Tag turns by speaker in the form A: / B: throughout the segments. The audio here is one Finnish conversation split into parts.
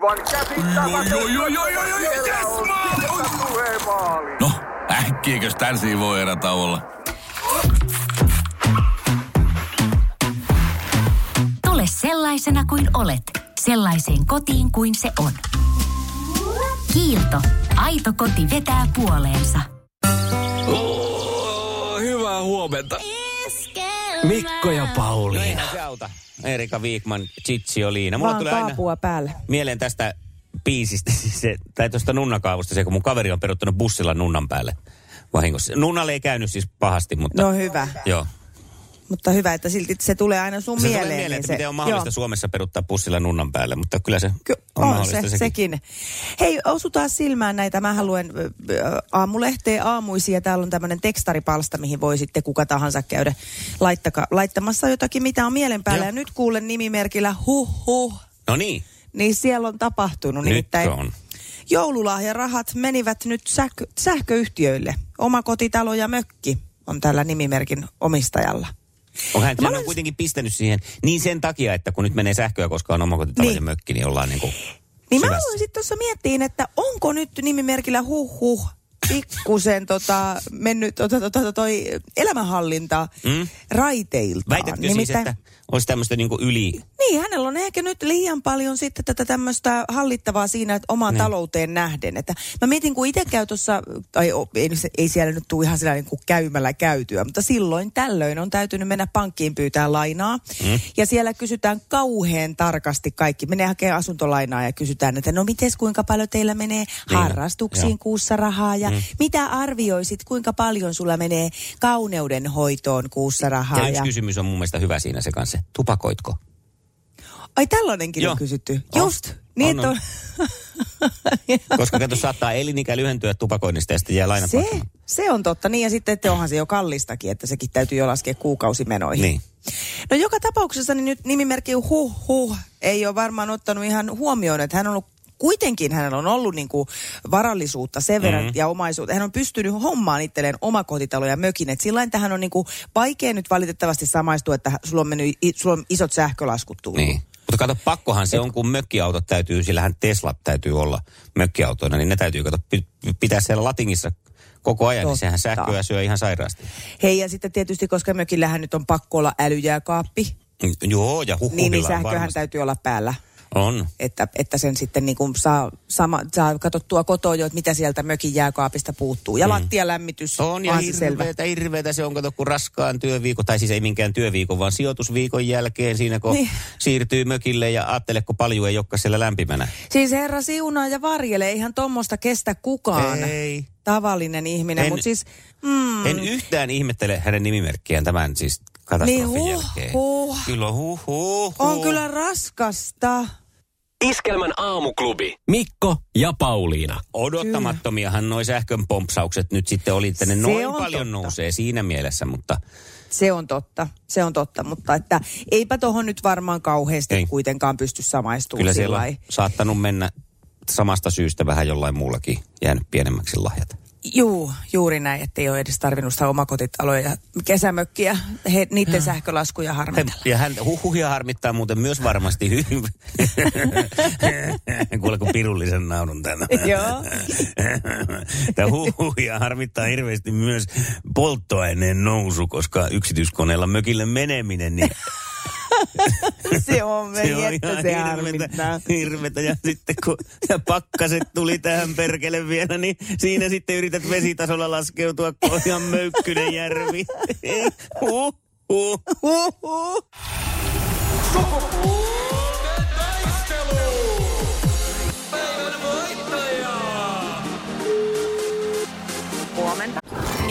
A: aivan käsittämätöntä.
B: Oi, oi, oi, oi, oi, oi,
A: Siellä
B: yes,
A: on
B: maali!
A: Sirkka
B: Oi.
A: Tuhe maali.
B: No, äkkiäkös tän voi erä olla?
C: Tule sellaisena kuin olet, sellaiseen kotiin kuin se on. Kiilto. Aito koti vetää puoleensa.
D: Hyvää huomenta. Mikko ja Pauliina.
E: Eihän se auta. Erika Viikman, Chichi Oliina. Mulla
F: Vaan
E: tulee aina
F: kaapua päälle.
E: mieleen tästä biisistä, siis se, tai tuosta nunnakaavusta se, kun mun kaveri on peruttanut bussilla nunnan päälle vahingossa. Nunnalle ei käynyt siis pahasti, mutta...
F: No hyvä,
E: Joo.
F: mutta hyvä, että silti se tulee aina sun
E: Se
F: mieleen.
E: tulee mieleen,
F: niin
E: että miten on mahdollista
F: Joo.
E: Suomessa peruttaa bussilla nunnan päälle, mutta kyllä se
F: Ky-
E: on,
F: on
E: mahdollista
F: se,
E: sekin.
F: sekin. Hei, osutaan silmään näitä. Mä haluan aamulehteen aamuisia. Täällä on tämmöinen tekstaripalsta, mihin voi sitten kuka tahansa käydä laittaka, laittamassa jotakin, mitä on mielen päällä.
E: Joo.
F: Ja nyt kuulen nimimerkillä huh huh,
E: No niin,
F: niin siellä on tapahtunut.
E: Nyt
F: nimittäin
E: on.
F: Joululahjarahat menivät nyt sähkö, sähköyhtiöille. Oma kotitalo ja mökki on tällä nimimerkin omistajalla.
E: on hän,
F: No Mä
E: hän on
F: olen-
E: kuitenkin pistänyt siihen niin sen takia, että kun nyt menee sähköä, koska on omakotitalo
F: Niin.
E: ja mökki, niin ollaan niin kuin
F: Niin mä
E: syvässä.
F: aloin sitten tuossa miettiin, että onko nyt nimimerkillä huh huh pikkusen tota, mennyt tota, tota, tota, toi elämänhallinta
E: Mm.
F: mm. raiteiltaan.
E: Väitätkö siis, että olisi tämmöistä niin kuin yli...
F: Niin, hänellä on ehkä nyt liian paljon sitten tätä tämmöistä hallittavaa siinä, että omaan
E: Niin.
F: talouteen nähden. Että mä mietin, kun itse käy tuossa, tai o- ei, se- ei siellä nyt tule ihan sillä niin kuin käymällä käytyä, mutta silloin tällöin on täytynyt mennä pankkiin pyytää lainaa. Mm. Ja siellä kysytään kauhean tarkasti kaikki. Menee hakemaan asuntolainaa ja kysytään, että no mites, kuinka paljon teillä menee harrastuksiin
E: Niin, joo.
F: kuussa rahaa ja mm. mitä arvioisit, kuinka paljon sulla menee kauneudenhoitoon kuussa rahaa.
E: Ja yksi kysymys on mun mielestä hyvä siinä se kanssa. Tupakoitko?
F: Ai tällainenkin
E: Joo.
F: on kysytty.
E: On.
F: Just. Niin,
E: On,
F: on,
E: on.
F: on.
E: Koska kato, saattaa elinikä lyhentyä tupakoinnista ja sitten jää lainat
F: se,
E: maksamatta.
F: se on totta. Niin ja sitten, että onhan se jo kallistakin, että sekin täytyy jo laskea kuukausimenoihin.
E: Niin.
F: No joka tapauksessa niin nyt nimimerkki huh huh ei ole varmaan ottanut ihan huomioon, että hän on ollut Kuitenkin hänellä on ollut niin kuin varallisuutta sen verran mm.
E: Mm-hmm.
F: ja omaisuutta. Hän on pystynyt hommaan itselleen omakotitalo ja mökin. Et sillä lailla tähän on niin kuin vaikea nyt valitettavasti samaistua, että sulla on, mennyt, i- sulla on isot sähkölaskut tullut.
E: Niin. Mutta kato, pakkohan se on, kun mökkiautot täytyy, sillähän Tesla täytyy olla mökkiautoina, niin ne täytyy kato, pi- pitää siellä latingissa koko ajan, niin
F: Totta.
E: sehän sähköä syö ihan sairaasti.
F: Hei ja sitten tietysti, koska mökillähän nyt on pakko olla älyjääkaappi,
E: Mm, Joo, ja huhhuhilla
F: Niin, niin
E: on
F: sähköhän
E: varmasti.
F: täytyy olla päällä,
E: On.
F: että, että sen sitten niin kuin saa, sama, saa katsottua kotoa jo, että mitä sieltä mökin jääkaapista puuttuu. Ja mm. lattialämmitys
E: On ja
F: onhan se selvä.
E: hirveetä, hirveetä se on, kato, kun raskaan työviikon, tai siis ei minkään työviikon, vaan sijoitusviikon jälkeen siinä, kun niin.
F: Niin.
E: siirtyy mökille ja ajattele, kun paljon ei olekaan siellä lämpimänä.
F: Siis herra siunaa ja varjele, eihän tuommoista kestä kukaan
E: Ei.
F: tavallinen ihminen,
E: En-
F: mutta siis... Mm,
E: En yhtään ihmettele hänen nimimerkkiään tämän siis katastrofin
F: Niin, huh,
E: jälkeen.
F: huh.
E: Kyllä huh, huh,
F: on
E: huh.
F: kyllä raskasta.
G: Iskelmän aamuklubi.
D: Mikko ja Pauliina.
E: Odottamattomiahan noi sähkön pompsaukset nyt sitten oli, että ne
F: Se
E: noin
F: on
E: paljon
F: totta.
E: nousee siinä mielessä, mutta
F: Se on totta, se on totta, mutta että eipä tuohon nyt varmaan kauheasti
E: Ei.
F: ei. kuitenkaan pysty samaistumaan
E: kyllä
F: sillä
E: siellä on
F: lailla.
E: saattanut mennä samasta syystä vähän jollain muullakin jäänyt pienemmäksi lahjat.
F: Juu, juuri näin, ettei ole edes tarvinnut sitä omakotitaloja ja kesämökkiä, he, niiden sähkölaskuja
E: He-
F: harmitella.
E: Ja hän huhuja harmittaa muuten myös varmasti hyvin. Kuule kun pirullisen naurun tänne.
F: Joo.
E: Tämä huhuja harmittaa hirveästi myös polttoaineen nousu, koska yksityiskoneella mökille meneminen, niin
F: se on
E: se on
F: veli, että se harmittaa.
E: hirvetä. Ja sitten kun ja pakkaset tuli tähän perkele vielä, niin siinä sitten yrität vesitasolla laskeutua Pohjan möykkynen järvi. Huh, huh.
F: Huhhuh.
A: Sukupuolten taistelu! Päivän voittaja!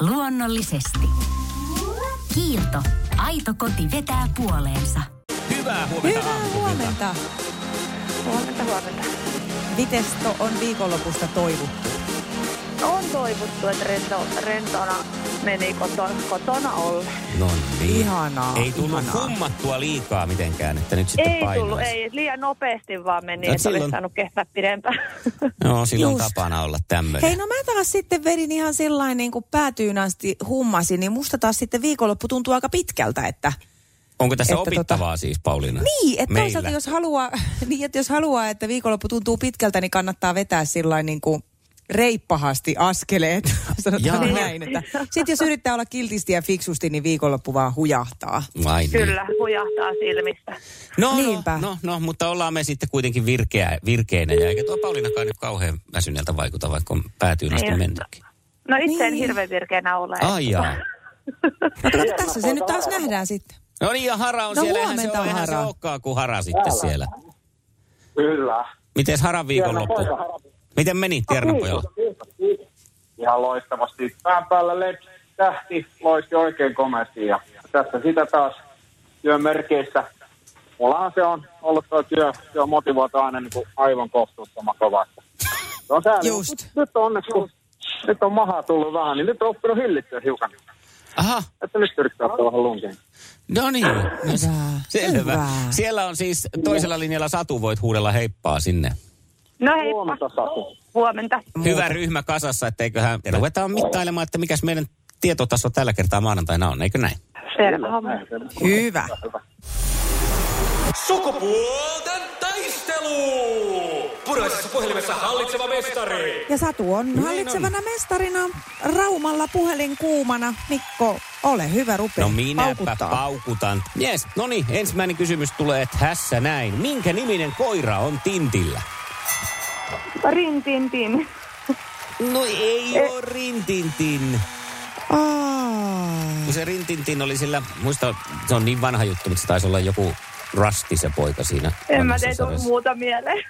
C: Luonnollisesti. Kiilto. Aito koti vetää puoleensa.
E: Hyvää huomenta.
F: Hyvää huomenta.
H: Huomenta, huomenta.
F: Vitesto on viikonlopusta toivottu.
I: On toivottu, että rento, rentona meni kotona, kotona olla.
E: No niin.
F: Ihanaa,
E: Ei tullut
F: ihanaa.
E: hummattua liikaa mitenkään, että nyt sitten
I: Ei
E: painaisi.
I: tullut, ei. Liian nopeasti vaan meni,
E: No,
I: että olisi
E: silloin-
I: saanut kestää pidempään.
E: No, silloin on
F: Just.
E: tapana olla tämmöinen.
F: Hei, no mä taas sitten vedin ihan sillain niin kuin päätyyn asti hummasin, niin musta taas sitten viikonloppu tuntuu aika pitkältä, että
E: Onko tässä
F: että tota-
E: opittavaa siis, Pauliina?
F: niin, että
E: Meillä.
F: toisaalta jos haluaa, niin että jos haluaa, että viikonloppu tuntuu pitkältä, niin kannattaa vetää sillain niin kuin reippahasti askeleet, sanotaan
E: Jaa.
F: näin. Että. Sitten jos yrittää olla kiltisti ja fiksusti, niin viikonloppu vaan hujahtaa.
E: Ai niin.
I: Kyllä, hujahtaa silmistä.
E: No,
F: Niinpä.
E: no, no, no, mutta ollaan me sitten kuitenkin virkeä, virkeinä. Ja eikä tuo Pauliinakaan nyt kauhean väsyneeltä vaikuta, vaikka on päätyyn asti
I: Ei.
E: mentykin.
I: No itse en
F: Niin.
I: hirveän virkeänä ole.
E: Ai jaa.
F: No kato, tässä se nyt taas nähdään sitten.
E: No niin, ja Hara on
F: No
E: siellä. Eihän se,
F: huomenta,
E: ole, eihän se
F: Hara.
E: olekaan kuin Hara sitten siellä.
A: Kyllä.
E: Miten Haran viikonloppu? Miten meni
I: niin.
E: Tiernan
A: Ihan loistavasti. Pään päällä led tähti loisti oikein komeasti ja tässä sitä taas työn merkeissä. Mullahan se on ollut tuo työ, työ motivaatio aina niin kuin aivan kohtuuttoman kovasti. Se on sääli.
F: Just.
A: Mut Nyt on onneksi, kun nyt on maha tullut vähän, niin nyt on oppinut hillittyä hiukan.
E: Aha,
A: Että nyt yrittää ottaa vähän lunkin.
E: no niin. No, se-
F: Hyvä,
E: Selvä.
F: hyvä.
E: Siellä on siis toisella linjalla Satu, voit huudella heippaa sinne.
I: No hei,
A: Huomenta, Satu.
I: huomenta.
E: Hyvä ryhmä kasassa, etteiköhän ruvetaan mittailemaan, että mikäs meidän tietotaso tällä kertaa maanantaina on, eikö näin?
I: Selvä homma.
F: Hyvä.
A: Sukupuolten taistelu! Puraisessa puhelimessa hallitseva mestari.
F: Ja Satu
E: Niin
F: on hallitsevana mestarina Raumalla puhelin kuumana. Mikko, ole hyvä, rupea
E: No minäpä
F: paukuttaa.
E: paukutan. Jes, no niin, ensimmäinen kysymys tulee, että hässä näin. Minkä niminen koira on Tintillä?
I: Rin, tin, tin.
E: No ei oo Rintintin.
F: Aa,
E: Kun se Rintintin oli sillä, muista, se on niin vanha juttu, mutta se taisi olla joku rasti se poika siinä.
I: En mä
E: vanhassa
I: tee tule
E: sarjassa.
I: muuta mieleen.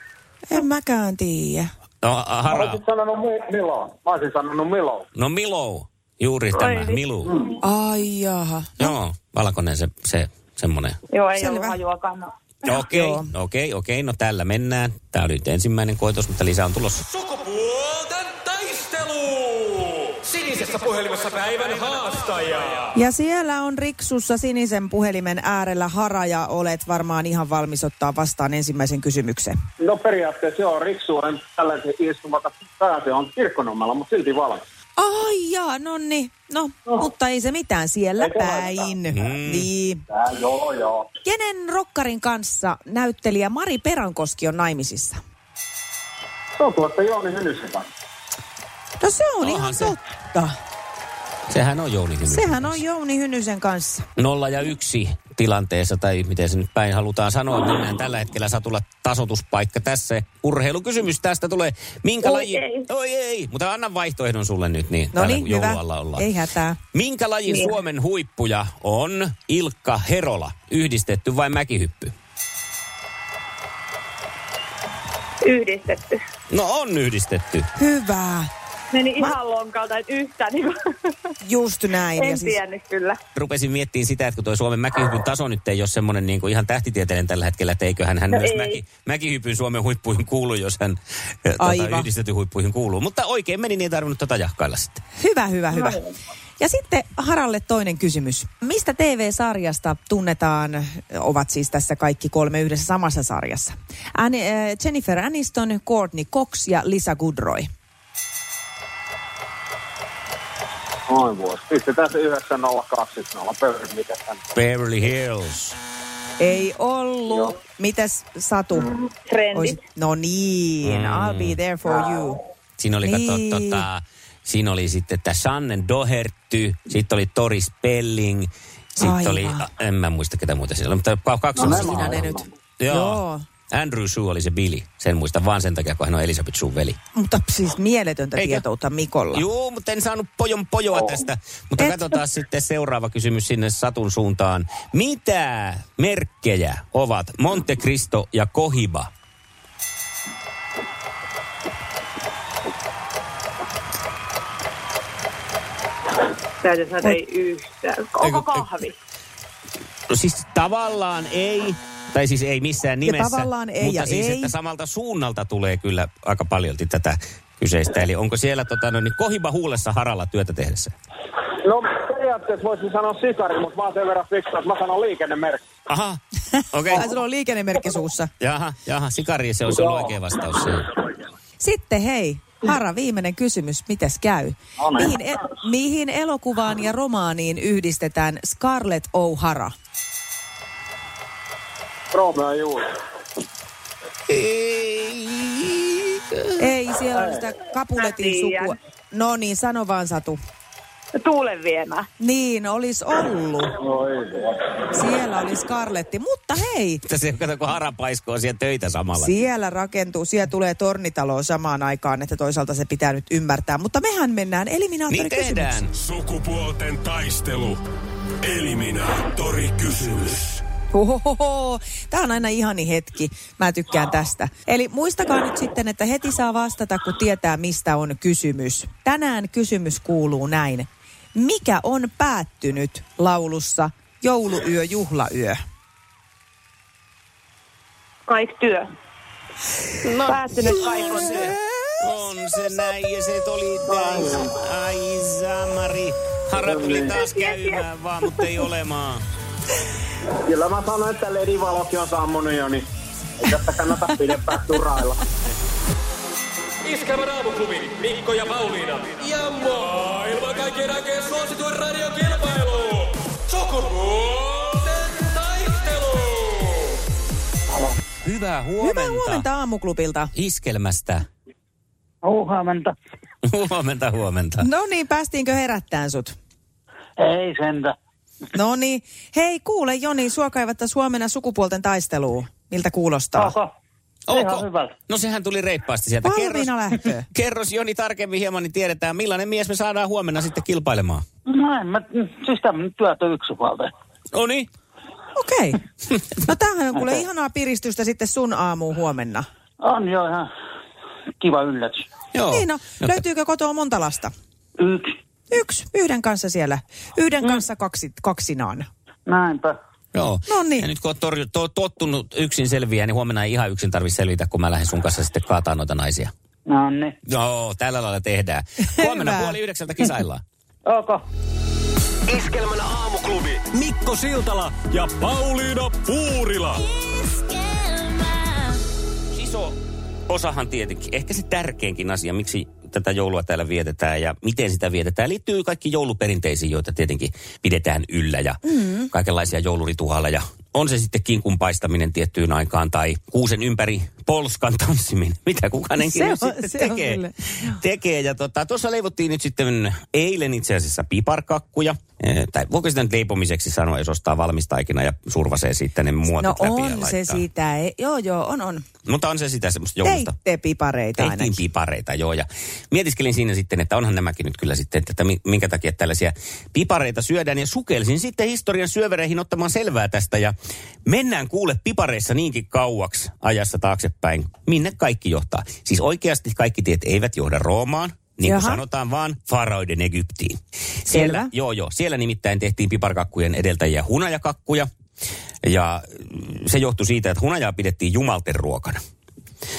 F: en mäkään tiedä.
E: No, a-
A: Mä
E: Hara,
A: olisin sanonut mi- Miloon. Mä olisin sanonut Miloon.
E: no Milou, juuri tämä,
I: niin.
E: Milu.
F: Ai jaha.
E: Joo, valkoinen se, se semmoinen.
I: Joo, ei
F: Selvä.
I: ollut hajuakaan. No,
E: Okei,
F: Joo.
E: okei, okei, no tällä mennään. Tämä oli nyt ensimmäinen koitos, mutta lisää on tulossa.
A: Sukupuolten taistelu! Sinisessä puhelimessa päivän haastaja.
F: Ja siellä on Riksussa sinisen puhelimen äärellä Hara ja olet varmaan ihan valmis ottaa vastaan ensimmäisen kysymyksen.
A: No periaatteessa joo, Riksuoren tällaisen istumalta pääse on kirkkonummella, mutta silti valmis.
F: Ai jaa, no niin. No, mutta ei se mitään siellä
A: Ei se
F: päin. Niin.
A: Tää, joo, joo.
F: Kenen rokkarin kanssa näyttelijä Mari Perankoski on naimisissa?
A: Se on tuosta Jooni Hynysen kanssa.
F: No se on
E: Onhan
F: ihan
E: se.
F: totta.
E: Sehän on Jouni Hymy.
F: Sehän on Jouni Hynysen kanssa.
E: Nolla ja yksi tilanteessa, tai miten se nyt päin halutaan sanoa. Mennään tällä hetkellä satulla tasotuspaikka tässä. Urheilukysymys tästä tulee. Minkä
I: Oi
E: laji...
I: ei.
E: Oi ei, mutta annan vaihtoehdon sulle nyt, niin
F: No
E: täällä
F: niin, hyvä.
E: joulualla ollaan.
F: Ei hätää.
E: Minkä lajin
I: Niin.
E: Suomen huippuja on Ilkka Herola? Yhdistetty vai mäkihyppy?
I: Yhdistetty.
E: No on yhdistetty.
F: Hyvä.
I: Meni ihan lonkalta, että yhtään. Niin kuin-
F: Just näin. siis-
I: en tiennyt kyllä.
E: rupesin miettimään sitä, että kun tuo Suomen mäkihypyn taso nyt ei ole semmoinen niin kuin ihan tähtitieteellinen tällä hetkellä, että eiköhän hän
I: No
E: myös
I: ei.
E: mäki, mäkihypyn Suomen huippuihin kuulu, jos hän
F: Aivan.
E: tota, yhdistetty huippuihin kuuluu. Mutta oikein meni, niin ei tarvinnut tota jahkailla sitten.
F: Hyvä, hyvä, hyvä. Ja sitten Haralle toinen kysymys. Mistä TV-sarjasta tunnetaan, ovat siis tässä kaikki kolme yhdessä samassa sarjassa? An- äh, Jennifer Aniston, Courtney Cox ja Lisa Goodroy.
A: Noin vuosi. Pistetään se 9.020 pöydän, mikä tän on.
E: Beverly Hills.
F: Ei ollut. Joo. Mitäs Satu?
I: Trendit.
F: Oisit- No niin, mm. I'll be there for you.
E: Siinä oli,
F: Niin.
E: niin. kato, tota, siinä oli sitten tämä Shannon Doherty, sitten oli Tori Spelling,
F: Aivan.
E: sitten oli, a, en mä muista ketä muuta siellä oli, mutta ka- kaksi
A: No
E: on
A: nämä
E: siis-
A: on.
F: Ne nyt.
E: Joo.
F: Joo.
E: Joo. Andrew Sue oli se Billy, sen muista vaan sen takia, kun hän on Elisabeth Sue veli.
F: Mutta siis mieletöntä
E: Eikö?
F: tietoutta Mikolla.
E: Joo, mutta en saanut pojon pojoa tästä. Mutta
F: Et-
E: katsotaan sitten seuraava kysymys sinne Satun suuntaan. Mitä merkkejä ovat Monte Cristo ja Kohiba?
I: Täytyy sanoa, että ei yhtään. Onko kahvi?
E: No siis tavallaan ei, Tai siis ei missään
F: Ja
E: nimessä.
F: tavallaan ei
E: mutta
F: ja
E: siis,
F: ei.
E: että samalta suunnalta tulee kyllä aika paljolti tätä kyseistä. Eli onko siellä tota, no, niin kohiba huulessa haralla työtä tehdessä?
A: No periaatteessa voisin sanoa sikari, mutta mä oon sen verran fiksu, että mä sanon liikennemerkki.
E: Aha, okei.
F: Ai sulla on liikenemerkki suussa.
E: Jaha, jaha, sikari, se on se
A: Joo.
E: oikea vastaus siihen.
F: Sitten hei, Hara, viimeinen kysymys. Mitäs käy?
A: No niin.
F: Mihin, e- mihin elokuvaan ja romaaniin yhdistetään Scarlett O'Hara?
A: Romeo ja Julia.
F: Ei, siellä on sitä kapuletin
I: Mä tiedän.
F: sukua. No niin, sano vaan Satu.
I: Tuulen viemä.
F: Niin, olisi ollut.
A: No ei.
F: Siellä oli Scarletti, mutta hei,
E: Mutta se, kato, kun hara paiskoo siellä töitä samalla.
F: siellä rakentuu, siellä tulee tornitalo samaan aikaan, että toisaalta se pitää nyt ymmärtää. Mutta mehän mennään
E: niin
F: eliminaattorikysymykseen.
E: tehdään.
B: Sukupuolten taistelu. Eliminaattori kysymys.
F: Ohohoho, tämä on aina ihani hetki. Mä tykkään tästä. Eli muistakaa nyt sitten, että heti saa vastata, kun tietää, mistä on kysymys. Tänään kysymys kuuluu näin. Mikä on päättynyt laulussa jouluyö, juhlayö?
I: Kaik työ. No, Päättynyt kaikon työ.
E: On se näin, ja se oli taas. Ai samari. Hara tuli taas käymään vaan, mutta ei olemaan.
A: Kyllä mä sanon, että Lady Valokin on sammunut jo, niin ei tästä kannata pidempään turailla.
G: Iskelmän aamuklubi, Mikko ja Pauliina. Ja maailman kaikkien aikeen suosituen radiokilpailu. Sukupuolten taistelu.
E: Hyvää huomenta. Äh.
F: Hyvää huomenta aamuklubilta.
E: Iskelmästä.
H: Huomenta.
E: huomenta, huomenta.
F: No niin, päästiinkö herättään sut?
H: Ei sentä.
F: No niin. Hei, kuule Joni, sua kaivatta Suomena sukupuolten taisteluun. Miltä kuulostaa?
H: Oho. Ihan hyvä.
E: No sehän tuli reippaasti sieltä.
F: Valmiina lähtöön.
E: kerros Joni tarkemmin hieman, niin tiedetään millainen mies me saadaan huomenna sitten kilpailemaan.
H: No en mä, siis tämmönen työtä yksi huolta.
E: Noniin.
F: Okei. No tämähän on kuule ihanaa piristystä sitten sun aamuun huomenna.
H: On jo ihan kiva yllätys.
E: Joo.
F: Niin no,
E: No,
F: löytyykö kotoa monta lasta?
H: Yksi.
F: Yksi, yhden kanssa siellä. Yhden kanssa kaksi, kaksinaan.
H: Näinpä.
E: Joo.
F: No niin.
E: Ja nyt kun oot torju, to, tottunut yksin selviää, niin huomenna ei ihan yksin tarvitse selvitä, kun mä lähden sun kanssa sitten kaataa noita naisia.
H: No niin.
E: Joo, tällä lailla tehdään. Huomenna
F: Hyvä.
E: puoli yhdeksältä kisaillaan.
H: Okay.
G: Iskelmän aamuklubi.
D: Mikko Siltala ja Pauliina Puurila.
E: Iso osahan tietenkin, ehkä se tärkeinkin asia, miksi tätä joulua täällä vietetään ja miten sitä vietetään, liittyy kaikki jouluperinteisiin, joita tietenkin pidetään yllä ja mm. kaikenlaisia joulurituaaleja. On se sitten kinkun paistaminen tiettyyn aikaan tai kuusen ympäri polskan tanssiminen, mitä kukaan enkin
F: Se
E: nyt
F: on-
E: sitten
F: se on
E: tekee.
F: kyllä.
E: tekee. Ja tota, tuossa leivottiin nyt sitten eilen itse asiassa piparkakkuja. Eh, tai voiko sitä nyt leipomiseksi sanoa, jos ostaa valmistaikina ja survasee sitten ne muotit
F: No
E: läpi ja
F: on se
E: laittaa.
F: siitä. Ei- Joo, joo, on, on.
E: Mutta on se sitä semmoista joulusta.
F: Teitte pipareita ainakin.
E: Tehtiin pipareita, joo. Ja mietiskelin siinä sitten, että onhan nämäkin nyt kyllä sitten, että mi- minkä takia tällaisia pipareita syödään. Ja sukelsin sitten historian syövereihin ottamaan selvää tästä. Ja mennään kuule pipareissa niinkin kauaksi ajassa taaksepäin, minne kaikki johtaa. Siis oikeasti kaikki tiet eivät johda Roomaan. Niin kuin
F: Jaha.
E: sanotaan vaan, faraoiden Egyptiin.
F: Selvä.
E: joo joo, siellä nimittäin tehtiin piparkakkujen edeltäjiä hunajakakkuja. Ja mm, se johtui siitä, että hunajaa pidettiin jumalten ruokana.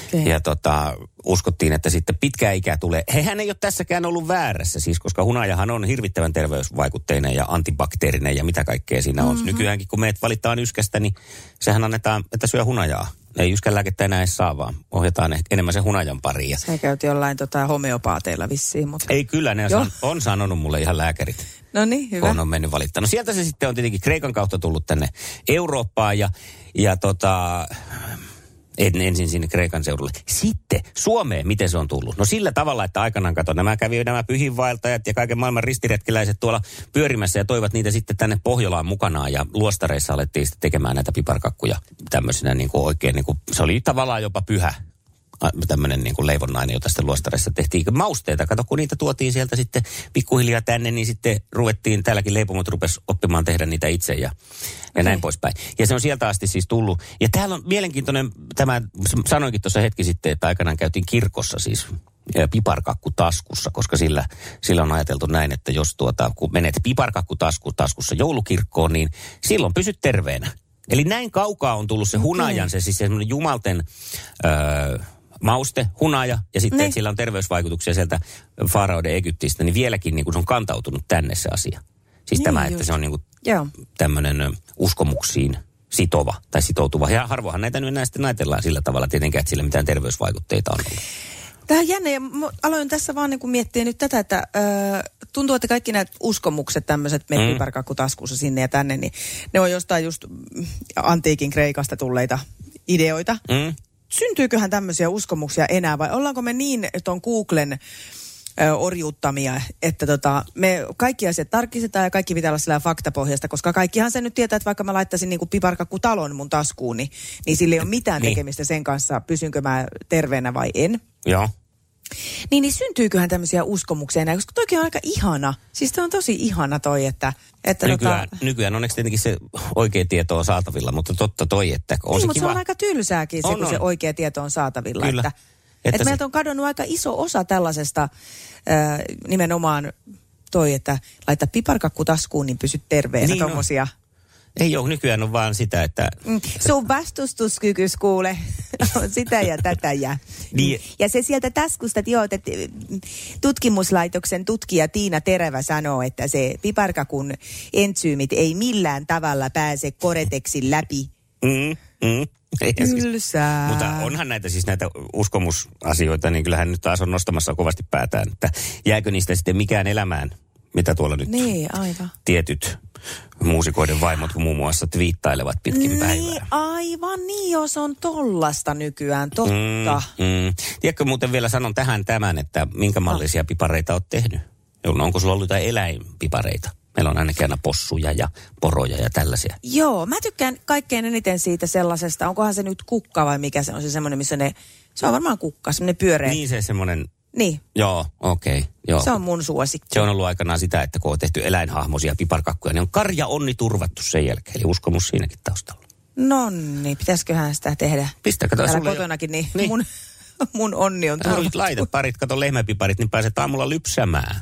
F: Okei.
E: Ja tota, uskottiin, että sitten pitkää ikää tulee. Hehän ei ole tässäkään ollut väärässä, siis koska hunajahan on hirvittävän terveysvaikutteinen ja antibakteerinen ja mitä kaikkea siinä on. Mm-hmm. Nykyäänkin kun meidät valitaan yskästä, niin sehän annetaan, että syö hunajaa. Ei yskänlääkettä enää edes saa, vaan ohjataan ehkä enemmän sen hunajan pariin. Ja
F: Sä käyt jollain tota, homeopaateilla vissiin, mutta...
E: Ei kyllä, ne on,
F: Joo.
E: san- on sanonut mulle ihan lääkärit
F: No niin, hyvä.
E: kun on mennyt valittaa. No sieltä se sitten on tietenkin Kreikan kautta tullut tänne Eurooppaan ja, ja tota, en, ensin sinne Kreikan seudulle. Sitten Suomeen, miten se on tullut? No sillä tavalla, että aikanaan kato, nämä kävi nämä pyhinvaeltajat ja kaiken maailman ristiretkiläiset tuolla pyörimässä ja toivat niitä sitten tänne Pohjolaan mukanaan ja luostareissa alettiin sitten tekemään näitä piparkakkuja tämmöisenä niin kuin oikein, niin kuin, se oli tavallaan jopa pyhä a- tämmöinen niin kuin leivonnainen, jota sitten luostarissa tehtiin mausteita. Kato, kun niitä tuotiin sieltä sitten pikkuhiljaa tänne, niin sitten ruvettiin, täälläkin leipomot rupes oppimaan tehdä niitä itse ja, ja näin poispäin. Ja se on sieltä asti siis tullut. Ja täällä on mielenkiintoinen, tämä sanoinkin tuossa hetki sitten, että aikanaan käytiin kirkossa siis ja piparkakku taskussa, koska sillä, sillä on ajateltu näin, että jos tuota, kun menet piparkakku tasku, taskussa joulukirkkoon, niin silloin pysyt terveenä. Eli näin kaukaa on tullut se hunajan, se siis semmoinen jumalten öö, mauste, hunaja, ja sitten,
F: Niin.
E: että sillä on terveysvaikutuksia sieltä Faraoden Egyptistä, niin vieläkin niin kuin se on kantautunut tänne se asia. Siis
F: Niin
E: niin tämä,
F: just.
E: että se on niin kuin
F: Joo.
E: tämmöinen ö, uskomuksiin sitova tai sitoutuva. Ja harvoinhan näitä nyt enää sitten naitellaan sillä tavalla tietenkään, että sillä mitään terveysvaikutteita on ollut.
F: Tämä on jännä ja mä aloin tässä vaan niin kuin miettiä nyt tätä, että ö, tuntuu, että kaikki nämä uskomukset, tämmöiset
E: Mm.
F: meppiparkakku taskussa sinne ja tänne, niin ne on jostain just mm, antiikin Kreikasta tulleita ideoita.
E: Mm?
F: Syntyyköhän tämmöisiä uskomuksia enää vai ollaanko me niin tuon Googlen ö, orjuuttamia, että tota, me kaikki asiat tarkistetaan ja kaikki pitää olla sillä faktapohjasta, koska kaikkihan sen nyt tietää, että vaikka mä laittaisin niinku piparkakkutalon mun taskuun, niin, niin sillä ei ole mitään
E: Niin.
F: tekemistä sen kanssa, pysynkö mä terveenä vai en.
E: Joo.
F: Niin, niin syntyyköhän tämmöisiä uskomuksia enää, koska toki on aika ihana. Siis toi on tosi ihana toi, että... että
E: Nykyään,
F: tota,
E: nykyään onneksi tietenkin se oikea tieto on saatavilla, mutta totta toi, että on
F: niin,
E: se
F: mutta
E: kiva.
F: se on aika tylsääkin se,
E: On,
F: kun se
E: on.
F: oikea tieto on saatavilla.
E: Kyllä.
F: Että, että,
E: Että
F: että
E: se-
F: meiltä on kadonnut aika iso osa tällaisesta äh, nimenomaan toi, että laita piparkakku taskuun, niin pysyt terveenä.
E: Niin on.
F: tommosia.
E: Ei ole, nykyään on vaan sitä, että
F: Mm, Sun vastustuskykys kuule, on sitä ja tätä ja.
E: Niin.
F: Ja se sieltä taskusta, että joo, että mm, tutkimuslaitoksen tutkija Tiina Terevä sanoo, että se piparkakun entsyymit ei millään tavalla pääse koreteksin läpi.
E: Mm, mm. Ja siis-
F: Tylsää.
E: Mutta onhan näitä siis näitä uskomusasioita, niin kyllähän nyt taas on nostamassa kovasti päätään, että jääkö niistä sitten mikään elämään, mitä tuolla nyt
F: Niin, aivan.
E: tietyt muusikoiden vaimot muun muassa twiittailevat pitkin
F: Niin,
E: päivää.
F: aivan niin, jos on tollasta nykyään, totta.
E: Mm, mm. Tiedätkö muuten vielä sanon tähän tämän, että minkä mallisia pipareita olet tehnyt? Jouluna, onko sulla ollut jotain eläinpipareita? Meillä on ainakin aina possuja ja poroja ja tällaisia.
F: Joo, mä tykkään kaikkein eniten siitä sellaisesta, onkohan se nyt kukka vai mikä se on se semmoinen, missä ne, se on varmaan kukka, semmoinen pyöreä. Niin.
E: Niin se semmoinen,
F: niin.
E: joo, okei, okay, joo.
F: Se on mun suosikki.
E: Se on ollut aikanaan sitä, että kun on tehty eläinhahmoisia piparkakkuja, niin on karja onni turvattu sen jälkeen. Eli uskomus siinäkin taustalla.
F: Nonni, No niin, pitäisiköhän sitä tehdä?
E: Pistä, kato,
F: Täällä
E: sulle jo-
F: kotonakin, niin, niin.
E: Niin.
F: Mun, mun onni on
E: Turvattu.
F: turvattu.
E: Laita parit, kato lehmäpiparit, niin pääset aamulla lypsämään.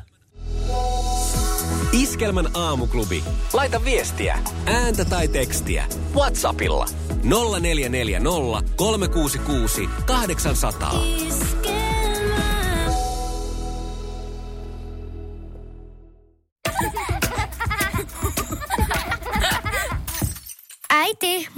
G: Iskelmän aamuklubi. Laita viestiä, ääntä tai tekstiä. Whatsappilla 0440 366 800.
J: Äiti,